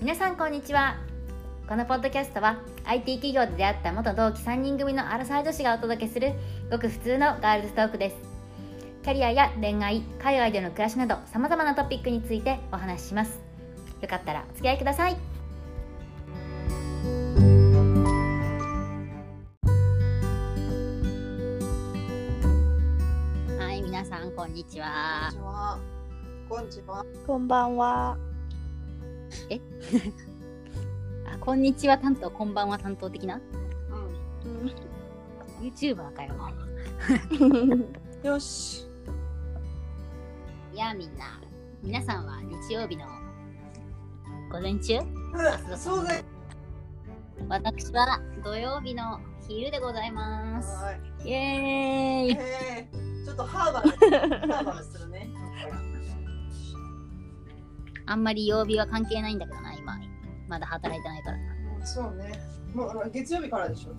皆さんこんにちはこのポッドキャストは IT 企業で出会った元同期3人組のアラサー女子がお届けするごく普通のガールズトークですキャリアや恋愛海外での暮らしなどさまざまなトピックについてお話ししますよかったらお付き合いくださいはい皆さんこんにちはこんにちは。こんばんは。あこんにちは担当こんばんは担当的なこんにち YouTuber かよは。よし。いやみんな皆さんは日曜日の午前中そうだよ。私は土曜日の昼でございますはイエい。ーイえーちょっとハーバ ル。ハーバルするね。あんまり曜日は関係ないんだけどな今まだ働いてないからそうね。もうあの月曜日からでしょ。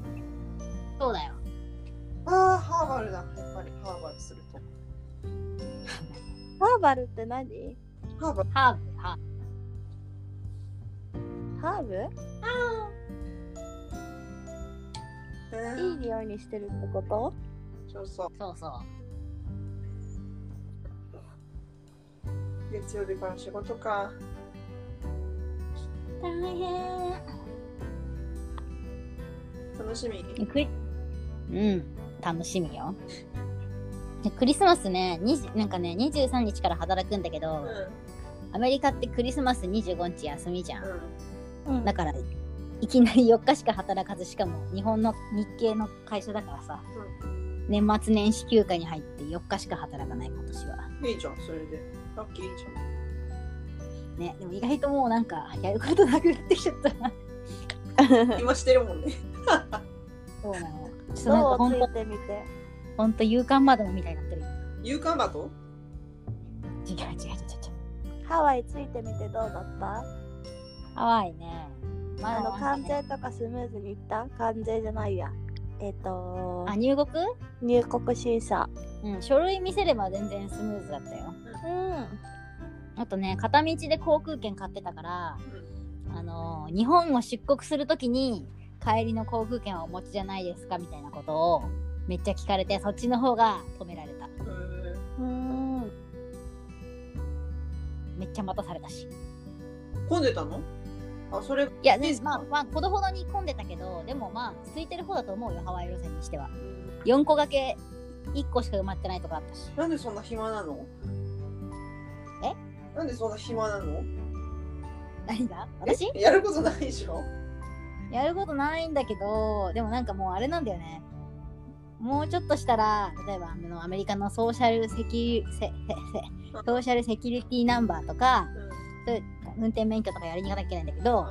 そうだよああ、ハーバルだ。やっぱりハーバルすると。ハーバルって何ハーバル。ハーブハーブハーブえいいー匂いにしてるってことそうそう。そうそう月曜日から仕事か。大変楽しみ。クリうん楽しみよでクリスマスね20なんかね23日から働くんだけど、うん。うん。アメリカってクリスマス25日休みじゃんうん だからいきなり4日しか働かずしかも日本の日系の会社だからさ、年末年始休暇に入って4日しか働かない今年はうん。いいじゃん。それで。ラッキーいいじゃねでも意外ともうなんかやることなくなってきちゃったん。今してるもんね。そうなのちょっとなんかほんとどうついてみて。ほんと勇敢マダムみたいになってる有感だと。違う違う違う違う違ハワイついてみてどうだったうハワイねまだあのまだ関ね税とかスムーズにいった関税じゃないや。えっ、とあ入国入国審査。うん書類見せれば全然スムーズだったようん。あとね片道で航空券買ってたからうん。あの日本を出国するときに帰りの航空券はお持ちじゃないですかみたいなことをめっちゃ聞かれてそっちの方が止められたえうん。めっちゃ待たされたしー混んでたの。あ、それ。いやいいでっすまかあまあほどほどに混んでたけどでもまあ空いてる方だと思うよハワイ路線にしては4個掛け1個しか埋まってないとかあったしなんでそんな暇なの。なんでそんな暇なの。何が私えやることないでしょやることないんだけどでもなんかもうあれなんだよねもうちょっとしたら例えばあのアメリカのソーシャルセキュリせせせソーシャルセキュリティナンバーとかそういう運転免許とかやりに行かなきゃいけないんだけど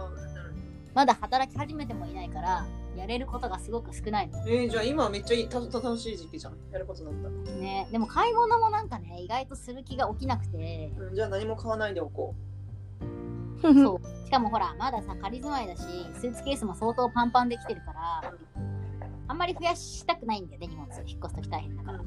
まだ働き始めてもいないからやれることがすごく少ないのえー、じゃあ今めっちゃいいたた楽しい時期じゃんやることなんだっねでも買い物もなんかね意外とする気が起きなくてた、うん、じゃあ何も買わないでおこそうしかもほらまださ仮住まいだしスーツケースも相当パンパンできてるからあんまり増やしたくないんだよね荷物引っ越す時大変だから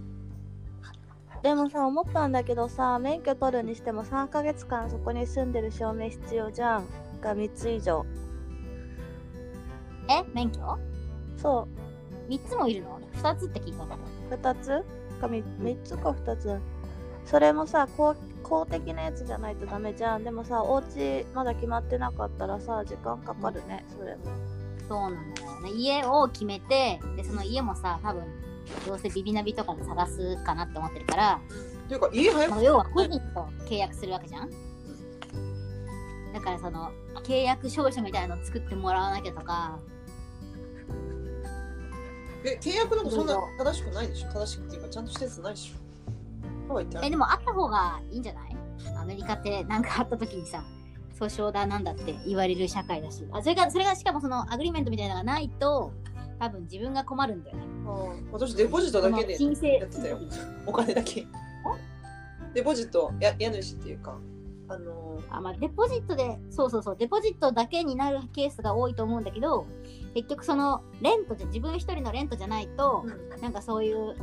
でもさ、思ったんだけどさ、免許取るにしても3ヶ月間そこに住んでる証明必要じゃん。が3つ以上。え免許そ ?3 つもいるの ?2 つって聞いたことう。2つか 3, つか2つ。それもさ公、公的なやつじゃないとダメじゃん。でもさ、お家まだ決まってなかったらさ、時間かかるね、それも。そうなんだよね家を決めてでその家もさ多分どうせビビナビとかで探すかなって思ってるからうていうか家早まくあ要は個人と契約するわけじゃんだからその契約証書みたいなの作ってもらわなきゃとかえ契約なんかそんな正しくないでしょ正しくっていうかちゃんとしたやつないでしょハワイってあえるでもあった方がいいんじゃないアメリカって何かあった時にさ訴訟だなんだって言われる社会だしあそれがそれがしかもそのアグリメントみたいなのがないと多分自分が困るんだよねうん私デポジットだけでその申請やってたよお金だけデポジットや家主っていうかあのあまあ、デポジットでそうそうそうデポジットだけになるケースが多いと思うんだけど結局そのレントじゃ自分一人のレントじゃないとーなんかそういう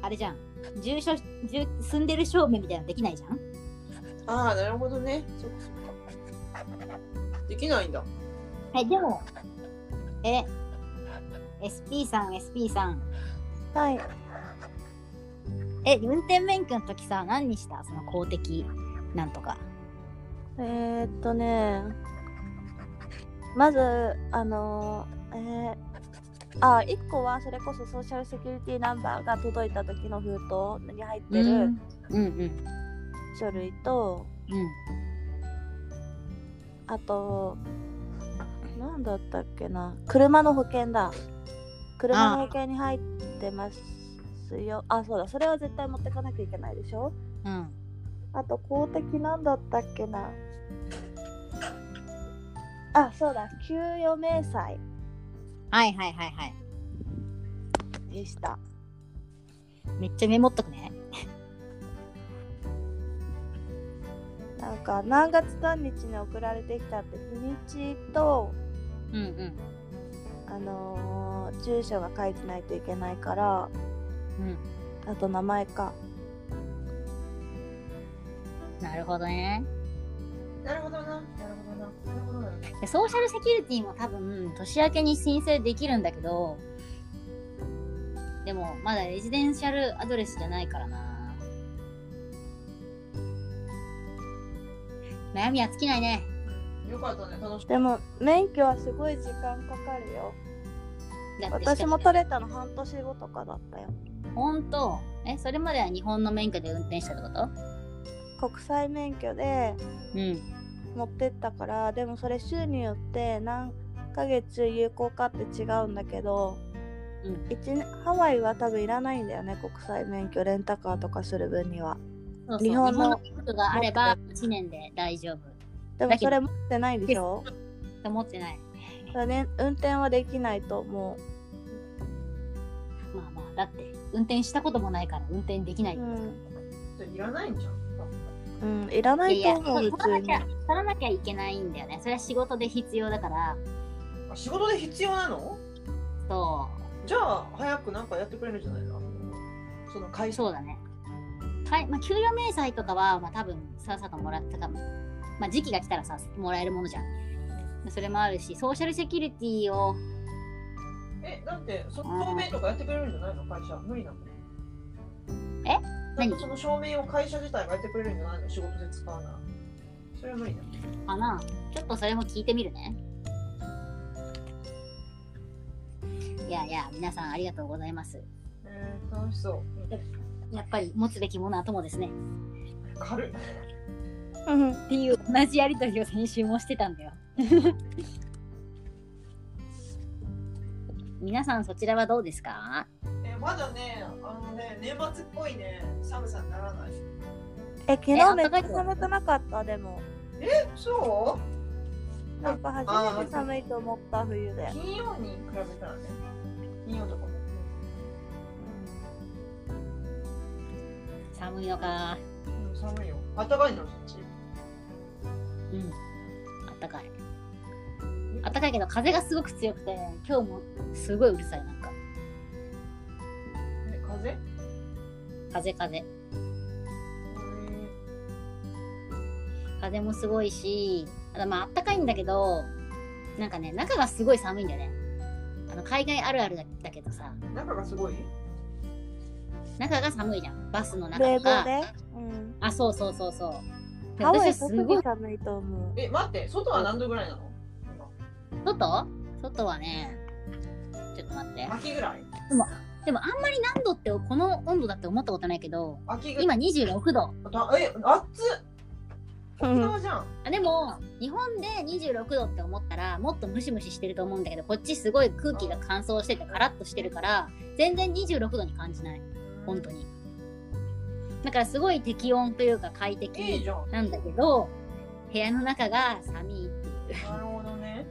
あれじゃん住所住住んでる証明みたいなのできないじゃんああなるほどねそっできないんだ。え、でも、え、SP さん、SP さん。はい。え、運転免許の時さ、何にしたその公的なんとか。えー、っとね、まず、あのー、えー、あ、1個はそれこそソーシャルセキュリティナンバーが届いた時の封筒に入ってるうんうん書類と、うん。あと、なんだったっけな、車の保険だ。車の保険に入ってますよ。あ、そうだ、それは絶対持ってかなきゃいけないでしょ。うん。あと、公的なんだったっけな。あ、そうだ、給与明細はいはいはいはい。でした。めっちゃメモっとくね。なんか、何月何日に送られてきたって、日にちと、うんうん。あのー住所が書いてないといけないから、うん。あと名前か。なるほどね。なるほどな。なるほどな。なるほどな。でソーシャルセキュリティも多分、年明けに申請できるんだけど、でも、まだレジデンシャルアドレスじゃないからな。悩みは尽きないね。よかったね。楽しかでも免許はすごい時間かかるよだってしか私も取れたの半年後とかだったよ本当えそれまでは日本の免許で運転したってこと国際免許でうん持ってったからでもそれ州によって何ヶ月有効かって違うんだけど、うん一年ハワイは多分いらないんだよね国際免許レンタカーとかする分にはそうそう日日本本のの免許があれば1年で大丈夫でもだけそどれ持ってないでしょと思ってないだからね運転はできないと思まあまあだって運転したこともないから運転できなうい、うん、った。いらないんじゃん。うん、いらないいとやいや思う取普ら通なにきゃ取らなきゃいけないんだよねそれは仕事で必要だからあ仕事で必要なのそじゃあ、早くなんかやってくれるんじゃないのその会う社。そうだねはいまあ給与明細とかは、まあ、多分さっさともらったかもまあ時期が来たらさもらえるものじゃんそれもあるしソーシャルセキュリティをえ、だって、その証明とかやってくれるんじゃないの会社。無理なのえ何だってその証明を会社自体がやってくれるんじゃないの仕事で使うなら。それは無理だ。かなちょっとそれも聞いてみるねいやいや皆さんありがとうございますえー、楽しそう。やっぱり持つべきものは友ですね軽い。うんっていう同じやり取りを先週もしてたんだよ 皆さんそちらはどうですかえまだね、あのね、年末っぽいね、寒さにならない。え昨えあ日っめったかいちゃけど寒くなかったでもそなんか初めて寒いと思った冬でう。金曜に比べたらね、金曜とかも。寒いのかうん、寒いよ。あったかいの、そっち。うんあったかいあったかいけど風がすごく強くて今日もすごいうるさいなんかえ、風え風風風もすごいしあとまああったかいんだけどなんかね中がすごい寒いんだよねあの海外あるあるだだけどさー、中がすごい中が寒いじゃんバスの中冷と房かで、うん、あそうそうそうそうでハワ私イは特すごにい寒いと思う。え、待って、外は何度ぐらいなの外外はねちょっと待って今秋ぐらいでもあんまり何度ってこの温度だって思ったことないけど秋ぐらい今26度たえ、暑っ沖うん縄じゃん。あでも日本で26度って思ったらもっとムシムシしてると思うんだけどこっちすごい空気が乾燥しててカラッとしてるから全然26度に感じない本当にだからすごい適温というか快いい適じゃん。なんだけど部屋の中が寒いっていう なるほどね。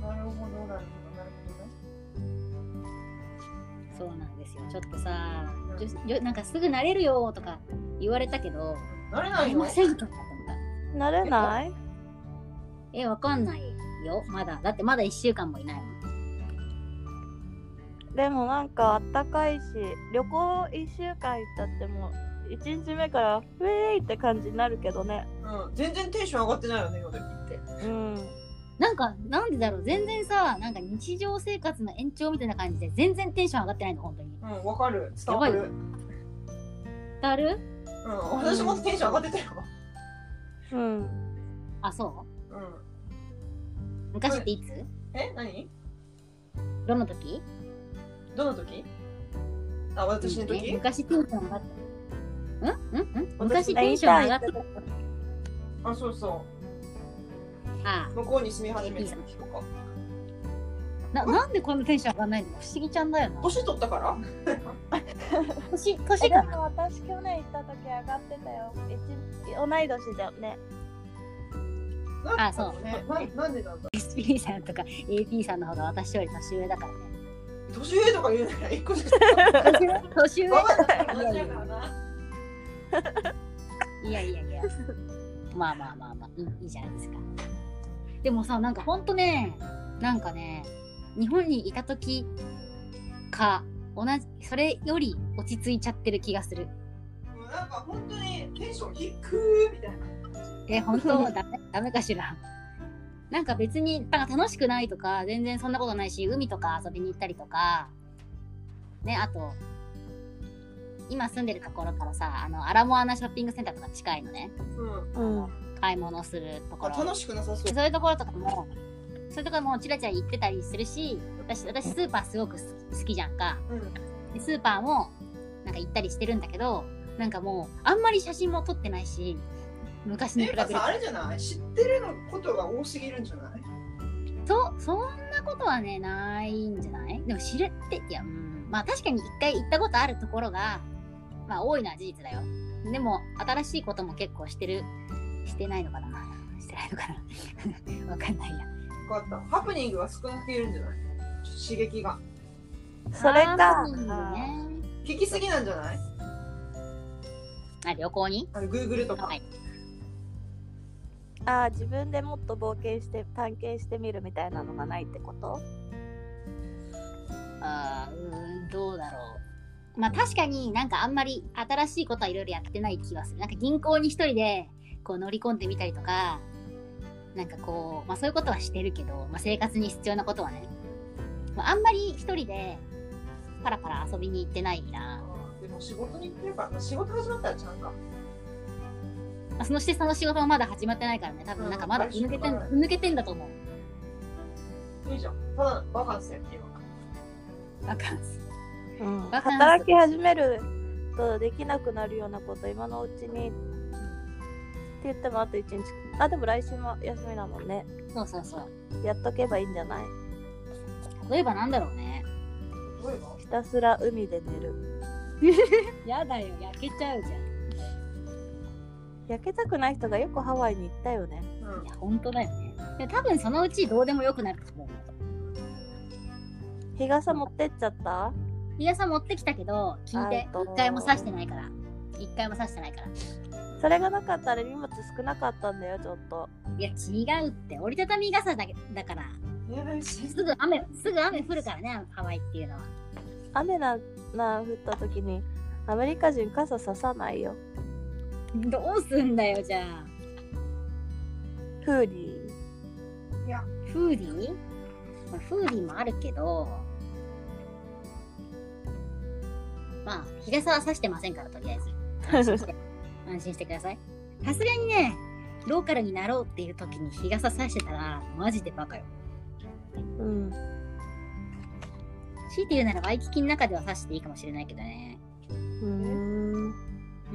なるほど、なるほど、なるほどね。そうなんですよちょっとさじょじょなんかすぐ慣れるよとか言われたけど慣れ慣なれいのませんかと思った慣れないえわかんないよまだだってまだ1週間もいないもんでもなんかあったかいし旅行1週間行ったってもう1日目からウェーイって感じになるけどねうん、全然テンション上がってないよね、ヨネピって。うんなんかなんでだろう全然さなんか日常生活の延長みたいな感じで全然テンション上がってないの本当にうん、わかる。伝わる。やうん、伝わる私もテンション上がってたよ。うんあそうう昔っていつん。え、何どの時どの時あ、私のえ時昔テンション上がったうんうんうん昔私テンション上がったあ、そうそあう。向こうに住み始めた時とか。ななんでこんなテンション上がんないの不思議ちゃんだよな年取ったから年え年でかなも私去年行った時上がってたよ一同い年だよねなんそだうろね。ななんでなんだ SP さんとか AP さんの方が私より年上だからね年上とか言うなら一個しか。年上年上ババアだから同じだからな。いやいやい や。まあまあまあまあ、いいいいじゃないですか。でもさ、なんかほんとね、なんかね、日本にいた時か、同じ、それより落ち着いちゃってる気がする。もうなんか本当にテンション低ーみたいな。え、本 当ダメダメかしら。なんか別に、なんか楽しくないとか、全然そんなことないし、海とか遊びに行ったりとか、ね、あと、今住んでるところからさ、あの、アラモアナショッピングセンターとか近いのね。うん。うん買い物するとこあ、ろ。楽しくなさそう。そういうところとかも、そういうところもチラチラ行ってたりするし、私、私スーパーすごく好き好きじゃんか。うん。でスーパーも、なんか行ったりしてるんだけど、なんかもう、あんまり写真も撮ってないし、昔にてい比うべかるさ、あれじゃない知ってるのことが多すぎるんじゃないと、そんなことはね、ないんじゃないでも知るって、いや、うん、まあ確かに一回行ったことあるところが、まあ多いのは事実だよ。でも、新しいことも結構してる、してないのかなしてないのかな わかんないや。わかった。ハプニングが少なすぎるんじゃないちょっと刺激が。それあかーそうなんだね聞きすぎなんじゃないあ、旅行にあの ?Google とか。はいあー自分でもっと冒険して探検してみるみたいなのがないってことあーうーんどうだろうまあ確かになんかあんまり新しいことはいろいろやってない気はするなんか銀行に一人でこう乗り込んでみたりとかなんかこう、まあ、そういうことはしてるけど、まあ、生活に必要なことはね、まあ、あんまり一人でパラパラ遊びに行ってないな、うんでも仕事に行ってるからな、仕事始まったらちゃんと。まあ、そのしてその仕事もまだ始まってないからね多分なんかまだ抜けてんうん抜けてんだと思ういいじゃん。ただのバカンスやってよ。バカンスうんバカンス働き始めるとできなくなるようなこと今のうちにって言ってもあと1日あでも来週も休みだもんねそうそうそうやっとけばいいんじゃない例えばなんだろうねどういうのひたすら海で寝るやだよ焼けちゃうじゃん焼けたくない人がよくハワイに行ったよねいや本当だよねで多分そのうちどうでもよくなると思う日傘持ってっちゃった日傘持ってきたけど聞いてあどう一回も刺してないから一回も刺してないからそれがなかったら荷物少なかったんだよちょっといや違うって折りたたみ傘だけだからうん。やばいし。すぐ雨すぐ雨降るからねハワイっていうのは雨なな降った時にアメリカ人傘ささないよどうすんだよじゃあフーリーフーリー、まあ、フーリーもあるけどまあ日傘は刺してませんからとりあえず 安心してくださいさすがにねローカルになろうっていう時に日傘さしてたらマジでバカようん強いて言うならワイキキの中ではさしていいかもしれないけどねうーん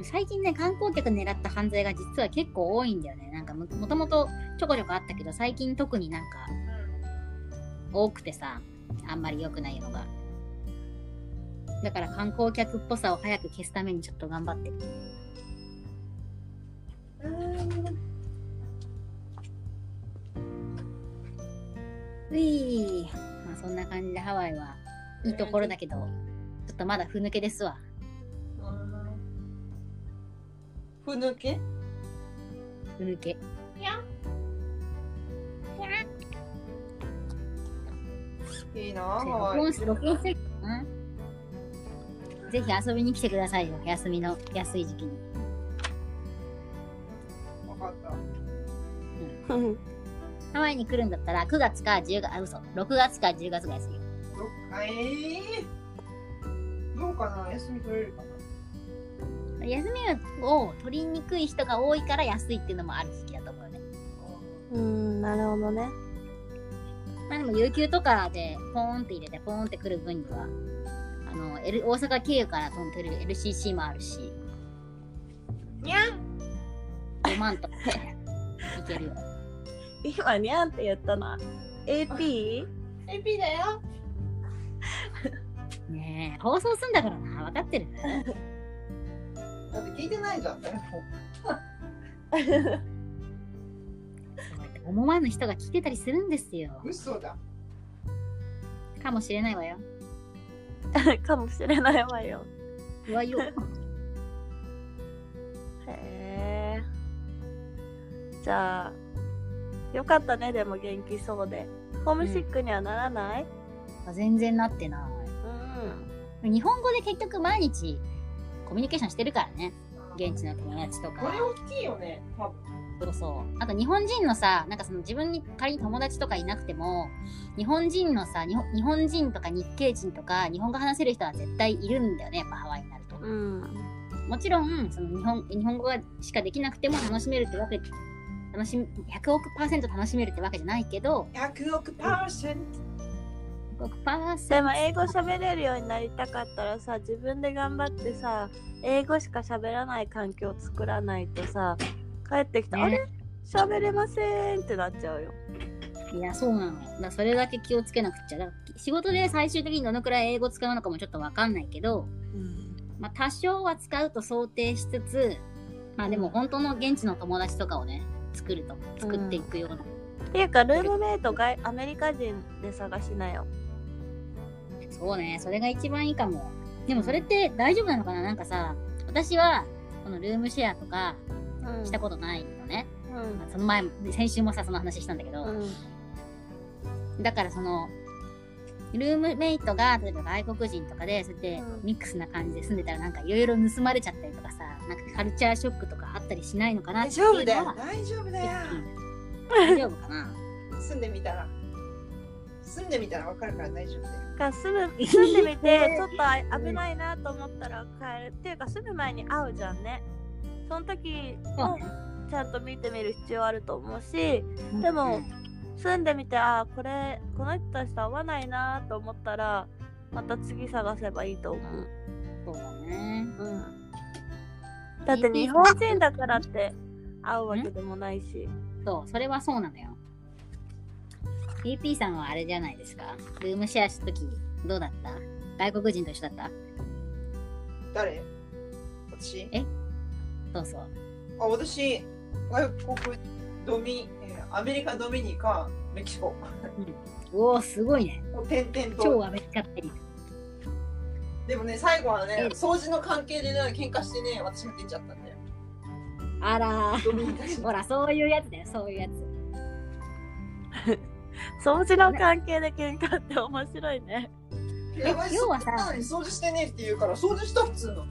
最近ね観光客狙った犯罪が実は結構多いんだよねなんかももともとちょこちょこあったけど最近特になんか多くてさあんまり良くないのがだから観光客っぽさを早く消すためにちょっと頑張ってるういまあそんな感じでハワイはいいところだけどちょっとまだふぬけですわふぬけふぬけいいなぁ、ハワ録イ。音し録音してるかなぜひ遊びに来てくださいよ。休みの安い時期に。わかった。ハワイに来るんだったら9月か10月、あ、嘘。6月か10月が安いよ。どっかえー、どうかな休み取れるかな休みを取りにくい人が多いから安いっていうのもある時期だと思うね。うん、なるほどね。まあでも、有給とかでポーンって入れて、ポーンって来る分には、あの、L、大阪経由から飛んでる LCC もあるし、にゃん5万とかいけるよ。今、にゃんって言ったな。AP? !AP だよねえ、放送すんだからな。分かってる。だって聞いてないじゃん、誰も。思わぬ人が聞いてたりするんですよ。嘘だ。かもしれないわよ。 かもしれないわよ。うわよ。へえ。じゃあ、よかったね、でも元気そうで。ホームシックにはならない、全然なってなうん、い。日本語で結局毎日コミュニケーションしてるからね。現地の友達とこかれ。大きいよね、多分。そうそう。あと日本人のさ、なんかその自分に仮に友達とかいなくても、日本人のさ、日本日本人とか日系人とか、日本語話せる人は絶対いるんだよね、やっぱハワイになると。うん。もちろんその日本日本語がしかできなくても楽しめるってわけ楽しみ100億パーセント楽しめるってわけじゃないけど100億パーセント100億パーセでンも英語喋れるようになりたかったらさ、自分で頑張ってさ、英語しか喋らない環境を作らないとさ、帰ってきた、ねあれ喋れませんってなっちゃうよ。トいやそうなのよだからそれだけ気をつけなくっちゃだから仕事で最終的にどのくらい英語使うのかもちょっとわかんないけど、まあ、多少は使うと想定しつつまあでも本当の現地の友達とかをね作ると作っていくような、っていうか、ルームメイトがアメリカ人で探しなよ。そうね、それが一番いいかも。でもそれって大丈夫なのかななんかさ、私はこのルームシェアとかうんしたことないのね。うんまあその前も、先週もさ、その話したんだけうど、んだからその、ルームメイトが、例えば外国人とかで、そうやってうんミックスな感じで住んでたら、なんかいろいろ盗まれちゃったりとかさ、なんかカルチャーショックとかあったりしないのかな大っていう丈の夫だよは。大丈夫だよ。大丈夫かな住んでみたら。住んでみたらわかるから大丈夫だよ。か住む住んでみ てちょっとあ危ないなと思ったら帰るっていうか住む前に会うじゃんねその時そうもねちゃんと見てみる必要あると思うしでうもん住んでみてあーこれこの人たちと合わないなと思ったらまた次探せばいいと思う、そうだね。うん、だって日本人だからって会うわけでもないしそう、それはそうなのよ。PP さんはあれじゃないですか。ルームシェアしたとき、どうだった外国人と一緒だった誰私そうそう。あ、私、外国ドミ、えーアメリカ、ドミニカ、メキシコ。おお、すごいね。もう点々超と。アメリカってる。でもね、最後はえね、掃除の関係でね、喧嘩してね、私も出ちゃったんだよ。あらー。ドミニカ人ほら、そういうやつだよ、そういうやつ。掃除の関係で喧嘩って面白い ねやばい、要掃は除さしたのに掃除してねえって言うから、掃除したっつう の。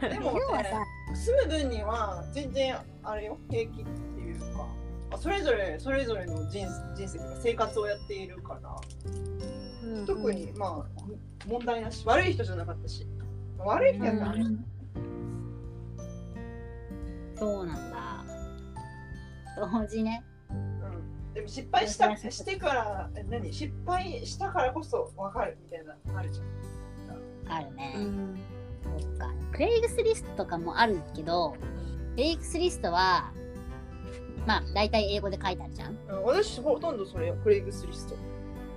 でも、要はねさ、、住む分には全然あれよ平気っていうかあそれぞれそれぞれの人人生とか生活をやっているからうん特にまあ問題なし悪い人じゃなかったし悪い人やったらねうんそうなんだ。同時ね。うんでも失敗したしてからえ何失敗したからこそ分かるみたいなのあるじゃんあるね。うんそっか。クレイグスリストとかもあるけど、クレイグスリストは、まあ、大体英語で書いてあるじゃん。うん私ほとんどそれよクレイグスリスト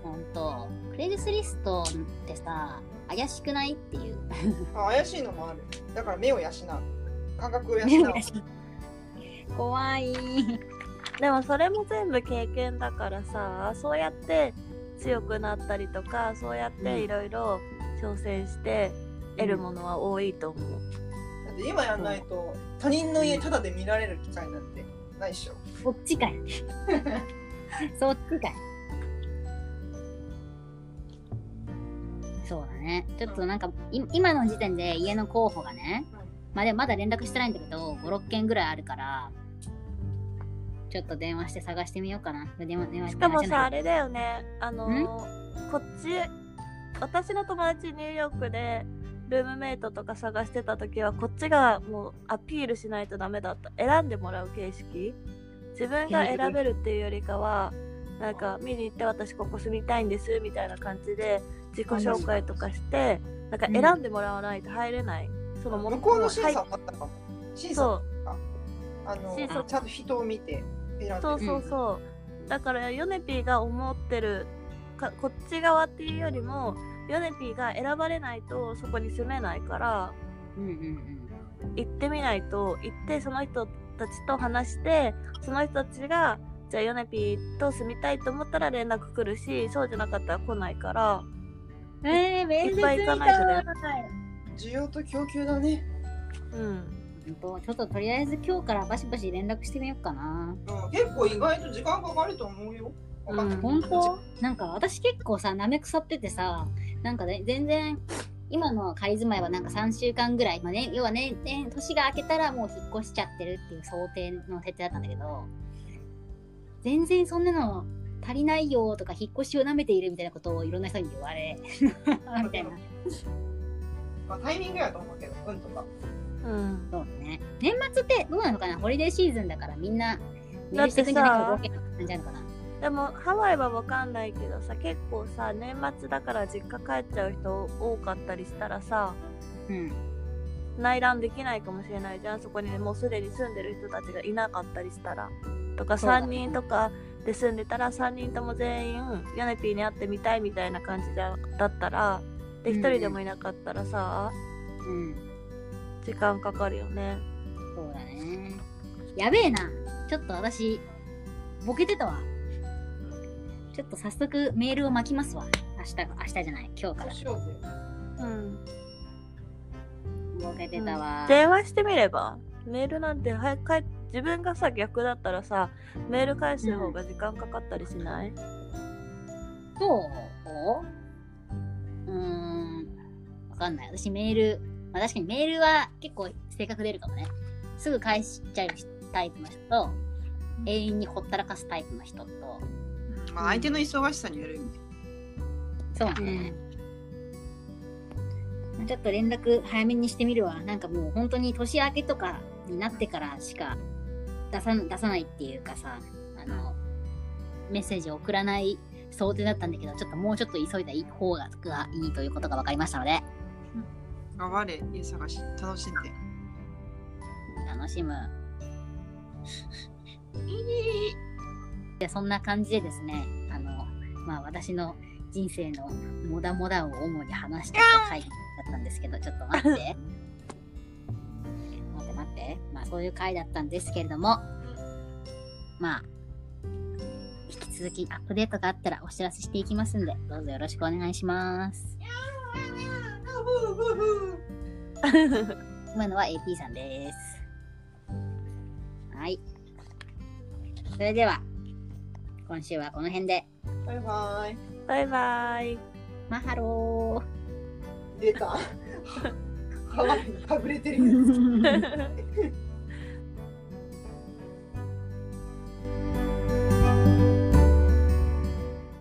ほんと、クレイグスリストってさ、怪しくないって いう。あ怪しいのもあるだから目を養う感覚を養う怖い。でもそれも全部経験だからさそうやって強くなったりとかそうやっていろいろ挑戦して得るものは多いと思う、だって今やんないと他人の家ただで見られる機会なんてないでしょそっちかい。 そっちかい。そうだね。ちょっとなんか、い今の時点で家の候補がね、まあでもまだ連絡してないんだけど、5、6件ぐらいあるから、ちょっと電話して探してみようかな。電話電話しかもさあれれだよねあのーこっち私の友達ニューヨークでルームメイトとか探してた時はこっちがもうアピールしないとダメだった選んでもらう形式自分が選べるっていうよりかはなんか見に行って私ここ住みたいんですみたいな感じで自己紹介とかしてなんか選んでもらわないと入れない、その向こうの審査はもあったかも。審い査そうあの審査ちゃんと人を見て選んでそうるそうそう。だからヨネピーが思ってるかこっち側っていうよりもヨネピーが選ばれないとそこに住めないからうんうん行ってみないと行ってその人たちと話してその人たちがじゃあヨネピーと住みたいと思ったら連絡来るしそうじゃなかったら来ないからうん。えー、面接いっぱい行かないとねみたい需要と供給だね。うんほんとちょっととりあえず今日からバシバシ連絡してみようかな。うん、結構意外と時間かかると思うよ。わかんないうん本当なんか私結構さ、なめくさっててさ、なんかね、全然、今の仮住まいはなんか3週間ぐらい、まあね、要はね、ね年が明けたらもう引っ越しちゃってるっていう想定の設定だったんだけど、全然そんなの足りないよとか、引っ越しを舐めているみたいなことをいろんな人に言われ、 みたいな。まあ、タイミングやと思うけど、うんとか。うんそうね。年末ってどうなのかなホリデーシーズンだからみんな、メールしてくんじゃないかだ動っけなくなんじゃないのかなでもハワイはわかんないけどさ結構さ年末だから実家帰っちゃう人多かったりしたらさうん。内覧できないかもしれないじゃんそこにもうすでに住んでる人たちがいなかったりしたらとかそうだ3人とかで住んでたら3人とも全員ヨネピーに会ってみたいみたいな感じじゃだったらでうん1人でもいなかったらさうん。時間かかるよねそうだね。やべえな。ちょっと私、ボケてたわ。ちょっと早速メールを巻きますわ。明日、明日じゃない、今日かそうら。しようぜ。うんボケてたわ。電話してみればメールなんて早く帰っ自分がさ逆だったらさメール返す方が時間かかったりしない、 そううーん。わかんない。私メール、まあ確かにメールは結構性格出るかもね。すぐ返しちゃうタイプの人と、永遠にほったらかすタイプの人と、まあ、相手の忙しさによるよね。そうだね。ちょっと連絡早めにしてみるわ。なんかもう本当に年明けとかになってからしか出さ出さないっていうかさ、あの、メッセージを送らない想定だったんだけど、ちょっともうちょっと急いだ方ががいいということが分かりましたので、頑張れ、家探し、楽しんで。楽しむ。でそんな感じでですね、あの、まあ私の人生のモダモダを主に話してた回だったんですけど、ちょっと待って。待って待って。まあそういう回だったんですけれども、まあ、引き続きアップデートがあったらお知らせしていきますんで、どうぞよろしくお願いします。今のは AP さんです。はい。それでは、今週はこの辺で、バイバイ。バイバイ マハロ 出た。ハワイにかぶれてるやつ。ー。